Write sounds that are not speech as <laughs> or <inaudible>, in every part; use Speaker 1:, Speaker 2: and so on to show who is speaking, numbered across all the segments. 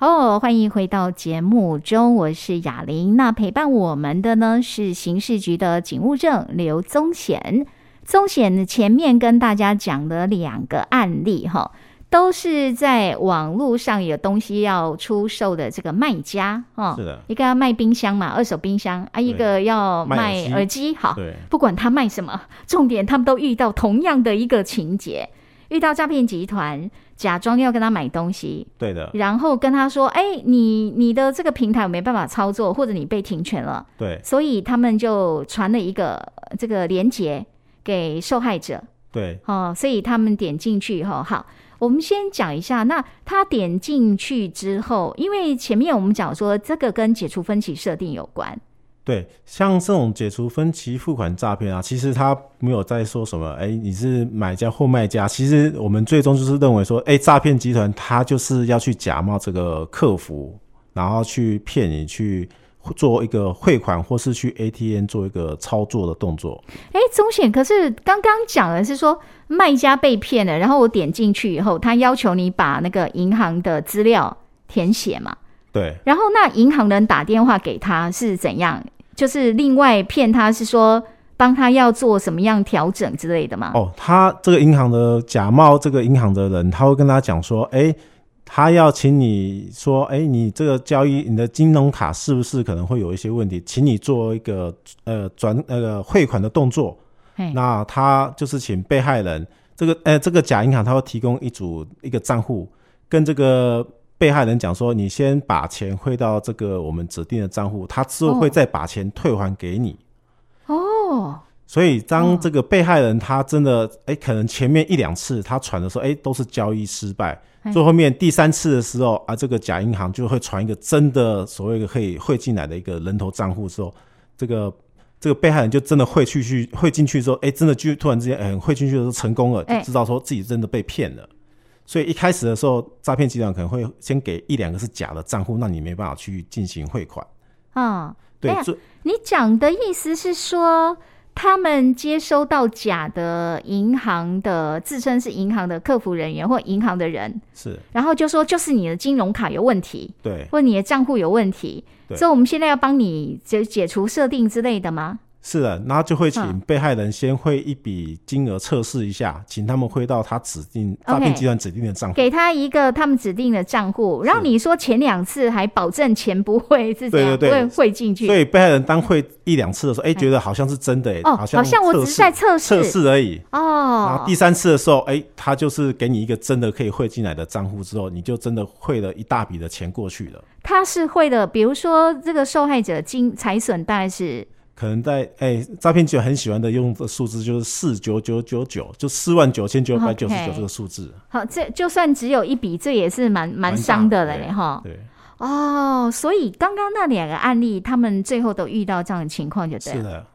Speaker 1: 哦，欢迎回到节目中，我是雅玲。那陪伴我们的呢是刑事局的警务证刘宗显。宗显前面跟大家讲的两个案例哈，都是在网络上有东西要出售的这个卖家哦，
Speaker 2: 是的，
Speaker 1: 一个要卖冰箱嘛，二手冰箱啊，一个要
Speaker 2: 卖耳
Speaker 1: 卖
Speaker 2: 机
Speaker 1: 耳机，好，
Speaker 2: 对，
Speaker 1: 不管他卖什么，重点他们都遇到同样的一个情节，遇到诈骗集团假装要跟他买东西，
Speaker 2: 对的，
Speaker 1: 然后跟他说：“哎、你你的这个平台我没办法操作，或者你被停权了。”
Speaker 2: 对
Speaker 1: 所以他们就传了一个呃这个链接给受害者
Speaker 2: 对，
Speaker 1: 哦，所以他们点进去哈、哦。好，我们先讲一下，那他点进去之后，因为前面我们讲说这个跟解除分歧设定有关，
Speaker 2: 对，像这种解除分期付款诈骗啊，其实他没有在说什么，哎、你是买家或卖家，其实我们最终就是认为说，哎、诈骗集团他就是要去假冒这个客服，然后去骗你去做一个汇款或是去 ATM 做一个操作的动作。
Speaker 1: 哎，中险可是刚刚讲的是说卖家被骗了，然后我点进去以后，他要求你把那个银行的资料填写嘛，
Speaker 2: 对，
Speaker 1: 然后那银行人打电话给他是怎样？就是另外骗他是说帮他要做什么样调整之类的吗？
Speaker 2: 哦，他这个银行的假冒这个银行的人，他会跟他讲说，哎、他要请你说，哎、你这个交易，你的金融卡是不是可能会有一些问题，请你做一个呃转那个汇款的动作。
Speaker 1: 嘿
Speaker 2: 那他就是请被害人这个呃这个假银行，他会提供一组一个账户，跟这个被害人讲说，你先把钱汇到这个我们指定的账户，他之后会
Speaker 1: 哦
Speaker 2: 再把钱退还给你。
Speaker 1: 哦，
Speaker 2: 所以，当这个被害人他真的，哎、可能前面一两次他传的时候，哎、都是交易失败
Speaker 1: 哎，
Speaker 2: 最后面第三次的时候啊，这个假银行就会传一个真的所谓的可以汇进来的一个人头账户之后，这个这个被害人就真的汇去去汇进去之后，哎、真的就突然之间，哎、汇进去的时候成功了，
Speaker 1: 哎
Speaker 2: 就知道说自己真的被骗了。所以一开始的时候，诈骗集团可能会先给一两个是假的账户，那你没办法去进行汇款。
Speaker 1: 啊、
Speaker 2: 对
Speaker 1: 哎呀，
Speaker 2: 最
Speaker 1: 你讲的意思是说，他们接收到假的银行的自称是银行的客服人员或银行的人，
Speaker 2: 是
Speaker 1: 然后就说就是你的金融卡有问题，
Speaker 2: 对。
Speaker 1: 或你的账户有问题，
Speaker 2: 对
Speaker 1: 所以我们现在要帮你解解除设定之类的吗？
Speaker 2: 是的，那就会请
Speaker 1: 嗯
Speaker 2: 被害人先汇一笔金额测试一下，请他们汇到他指定诈骗集团指定的账户。
Speaker 1: 给他一个他们指定的账户，然后你说前两次还保证钱不会是怎样
Speaker 2: 对对对
Speaker 1: 会汇进去
Speaker 2: 所以被害人当汇一两次的时候，哎、觉得好像是真的、哎、
Speaker 1: 哦，好
Speaker 2: 像好
Speaker 1: 像我只是在测试
Speaker 2: 测试而已。然后
Speaker 1: 哦
Speaker 2: 第三次的时候，哎、他就是给你一个真的可以汇进来的账户之后，你就真的汇了一大笔的钱过去了。
Speaker 1: 他是会的。比如说这个受害者经财损大概是
Speaker 2: 可能在哎，诈骗集团很喜欢的用的数字就是四九九九九，就四万九千九百九十九
Speaker 1: OK
Speaker 2: 这个数字。
Speaker 1: 好，这就算只有一笔，这也是蛮蛮
Speaker 2: 蛮大
Speaker 1: 伤的
Speaker 2: 的
Speaker 1: 嘞哈。
Speaker 2: 对，
Speaker 1: 哦，所以刚刚那两个案例，他们最后都遇到这样的情况，就对了
Speaker 2: 是。的，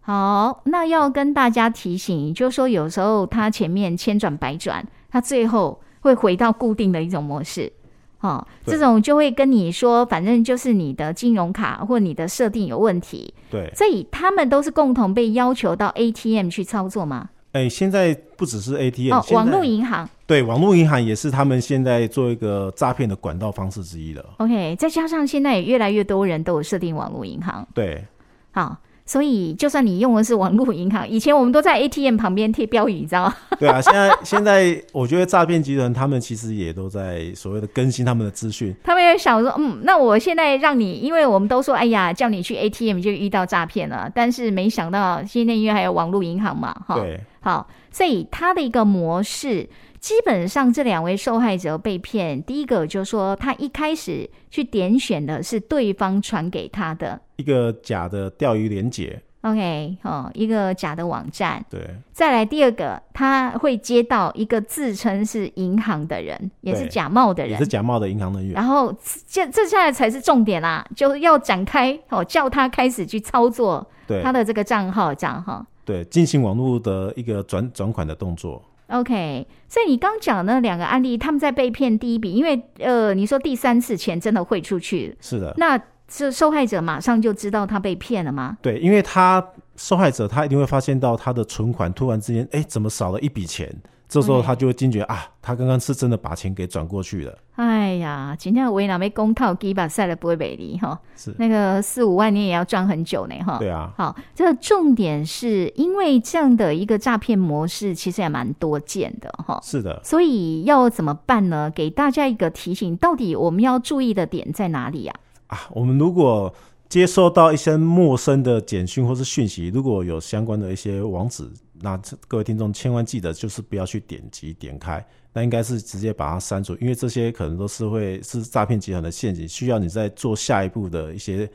Speaker 1: 好，那要跟大家提醒，就是说有时候它前面千转百转，它最后会回到固定的一种模式。哦，
Speaker 2: 对
Speaker 1: 这种就会跟你说，反正就是你的金融卡或你的设定有问题，
Speaker 2: 对。
Speaker 1: 所以他们都是共同被要求到 ATM 去操作嘛。
Speaker 2: 哎、现在不只是 ATM，、
Speaker 1: 哦，
Speaker 2: 现
Speaker 1: 网
Speaker 2: 在
Speaker 1: 络银行
Speaker 2: 对，网络银行也是他们现在做一个诈骗的管道方式之一了。
Speaker 1: ，OK，再加上现在也越来越多人都有设定网络银行，
Speaker 2: 对，
Speaker 1: 好，所以就算你用的是网络银行，以前我们都在 ATM 旁边贴标语，你知道吗？
Speaker 2: 对啊，现在现在我觉得诈骗集团他们其实也都在所谓的更新他们的资讯。
Speaker 1: 他们也想说，嗯，那我现在让你，因为我们都说，哎呀，叫你去 ATM 就遇到诈骗了，但是没想到现在因为还有网络银行嘛，哈，
Speaker 2: 对，
Speaker 1: 好，所以他的一个模式，基本上这两位受害者被骗，第一个就是说他一开始去点选的是对方传给他的
Speaker 2: 一个假的钓鱼连结，
Speaker 1: ，OK，哦，一个假的网站，
Speaker 2: 对
Speaker 1: 再来第二个，他会接到一个自称是银行的人，也是
Speaker 2: 对
Speaker 1: 假冒的
Speaker 2: 也
Speaker 1: 人
Speaker 2: 是，假冒的银行人员。
Speaker 1: 然后这这下来才是重点啦，就是要展开哦，叫他开始去操作
Speaker 2: 对
Speaker 1: 他的这个账号，这样哈。
Speaker 2: 对，进行网络的一个转转款的动作。
Speaker 1: OK，所以你刚讲的那两个案例，他们在被骗第一笔，因为呃，你说第三次钱真的汇出去，
Speaker 2: 是的，
Speaker 1: 那这受害者马上就知道他被骗了吗？
Speaker 2: 对，因为他受害者他一定会发现到他的存款突然之间，哎，怎么少了一笔钱？这时候他就会惊觉啊，他刚刚是真的把钱给转过去了。
Speaker 1: 哎呀，今天维纳没公套鸡把赛了不会北离哈，
Speaker 2: 是，
Speaker 1: 那个四五万你也要赚很久呢哈。
Speaker 2: 对啊，
Speaker 1: 好，这个重点是因为这样的一个诈骗模式其实也蛮多见的哈，
Speaker 2: 是的，
Speaker 1: 所以要怎么办呢？给大家一个提醒，到底我们要注意的点在哪里呀、
Speaker 2: 啊，我们如果接收到一些陌生的简讯或是讯息，如果有相关的一些网址，那这各位听众千万记得，就是不要去点击点开，那应该是直接把它删除，因为这些可能都是会是诈骗集团的陷阱，需要你在做下一步的一些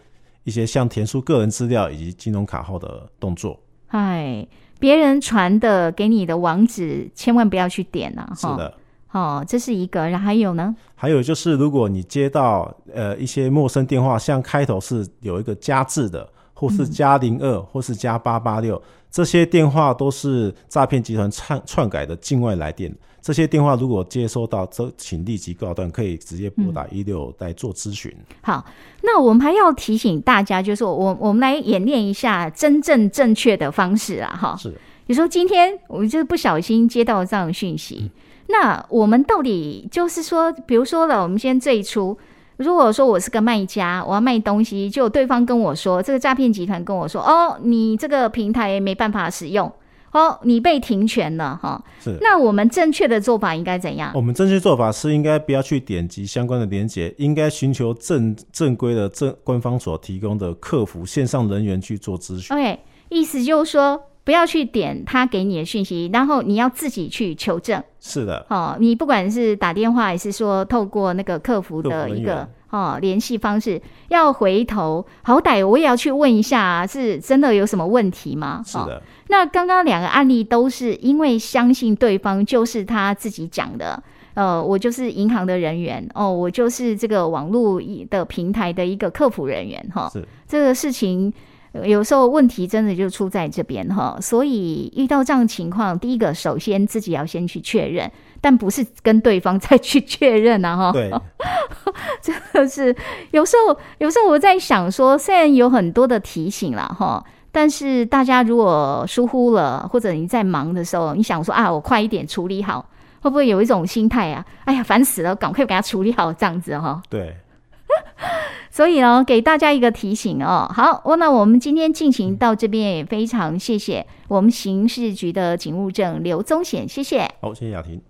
Speaker 2: 一些像填输个人资料以及金融卡号的动作。
Speaker 1: 哎，别人传的给你的网址，千万不要去点啊！
Speaker 2: 是
Speaker 1: 哈，
Speaker 2: 的。
Speaker 1: 哦，这是一个，然后还有呢，
Speaker 2: 还有就是，如果你接到呃一些陌生电话，像开头是有一个加字的，或是加零二，或是加八八六，这些电话都是诈骗集团篡篡改的境外来电。这些电话如果接收到，这请立即告断，可以直接拨打一六来做咨询。
Speaker 1: 好，那我们还要提醒大家，就是我我们来演练一下真正正确的方式啊！哈，
Speaker 2: 是
Speaker 1: 你说今天我们就是不小心接到这样的讯息，那我们到底就是说，比如说了，我们先最初，如果说我是个卖家，我要卖东西，就对方跟我说，这个诈骗集团跟我说，哦，你这个平台没办法使用，哦，你被停权了哈。
Speaker 2: 是。
Speaker 1: 那我们正确的做法应该怎样？
Speaker 2: 我们正确做法是应该不要去点击相关的连接，应该寻求正正规的正官方所提供的客服线上人员去做咨询。
Speaker 1: OK，意思就是说。不要去点他给你的讯息，然后你要自己去求证。
Speaker 2: 是的，
Speaker 1: 哦，你不管是打电话还是说透过那个客服
Speaker 2: 客
Speaker 1: 的
Speaker 2: 服人
Speaker 1: 一
Speaker 2: 员
Speaker 1: 个哦联系方式，要回头好歹我也要去问一下、啊，是真的有什么问题吗？
Speaker 2: 是
Speaker 1: 哦。
Speaker 2: 的，
Speaker 1: 那刚刚两个案例都是因为相信对方就是他自己讲的。呃，我就是银行的人员哦，我就是这个网络一的平台的一个客服人员哈。
Speaker 2: 是
Speaker 1: 这个事情呃有时候问题真的就出在这边哈，所以遇到这样的情况，第一个首先自己要先去确认，但不是跟对方再去确认啊哈。
Speaker 2: 对。
Speaker 1: <laughs> 就是有时候，有时候我在想说，虽然有很多的提醒啦，哈，但是大家如果疏忽了，或者你在忙的时候，你想说啊，我快一点处理好，会不会有一种心态啊？哎呀，烦死了，赶快给它处理好，这样子哈。
Speaker 2: 对
Speaker 1: 所以呢，给大家一个提醒哦。好，那我们今天进行到这边，也非常谢谢我们刑事局的警务证刘宗显，谢谢。
Speaker 2: 好，谢谢雅婷。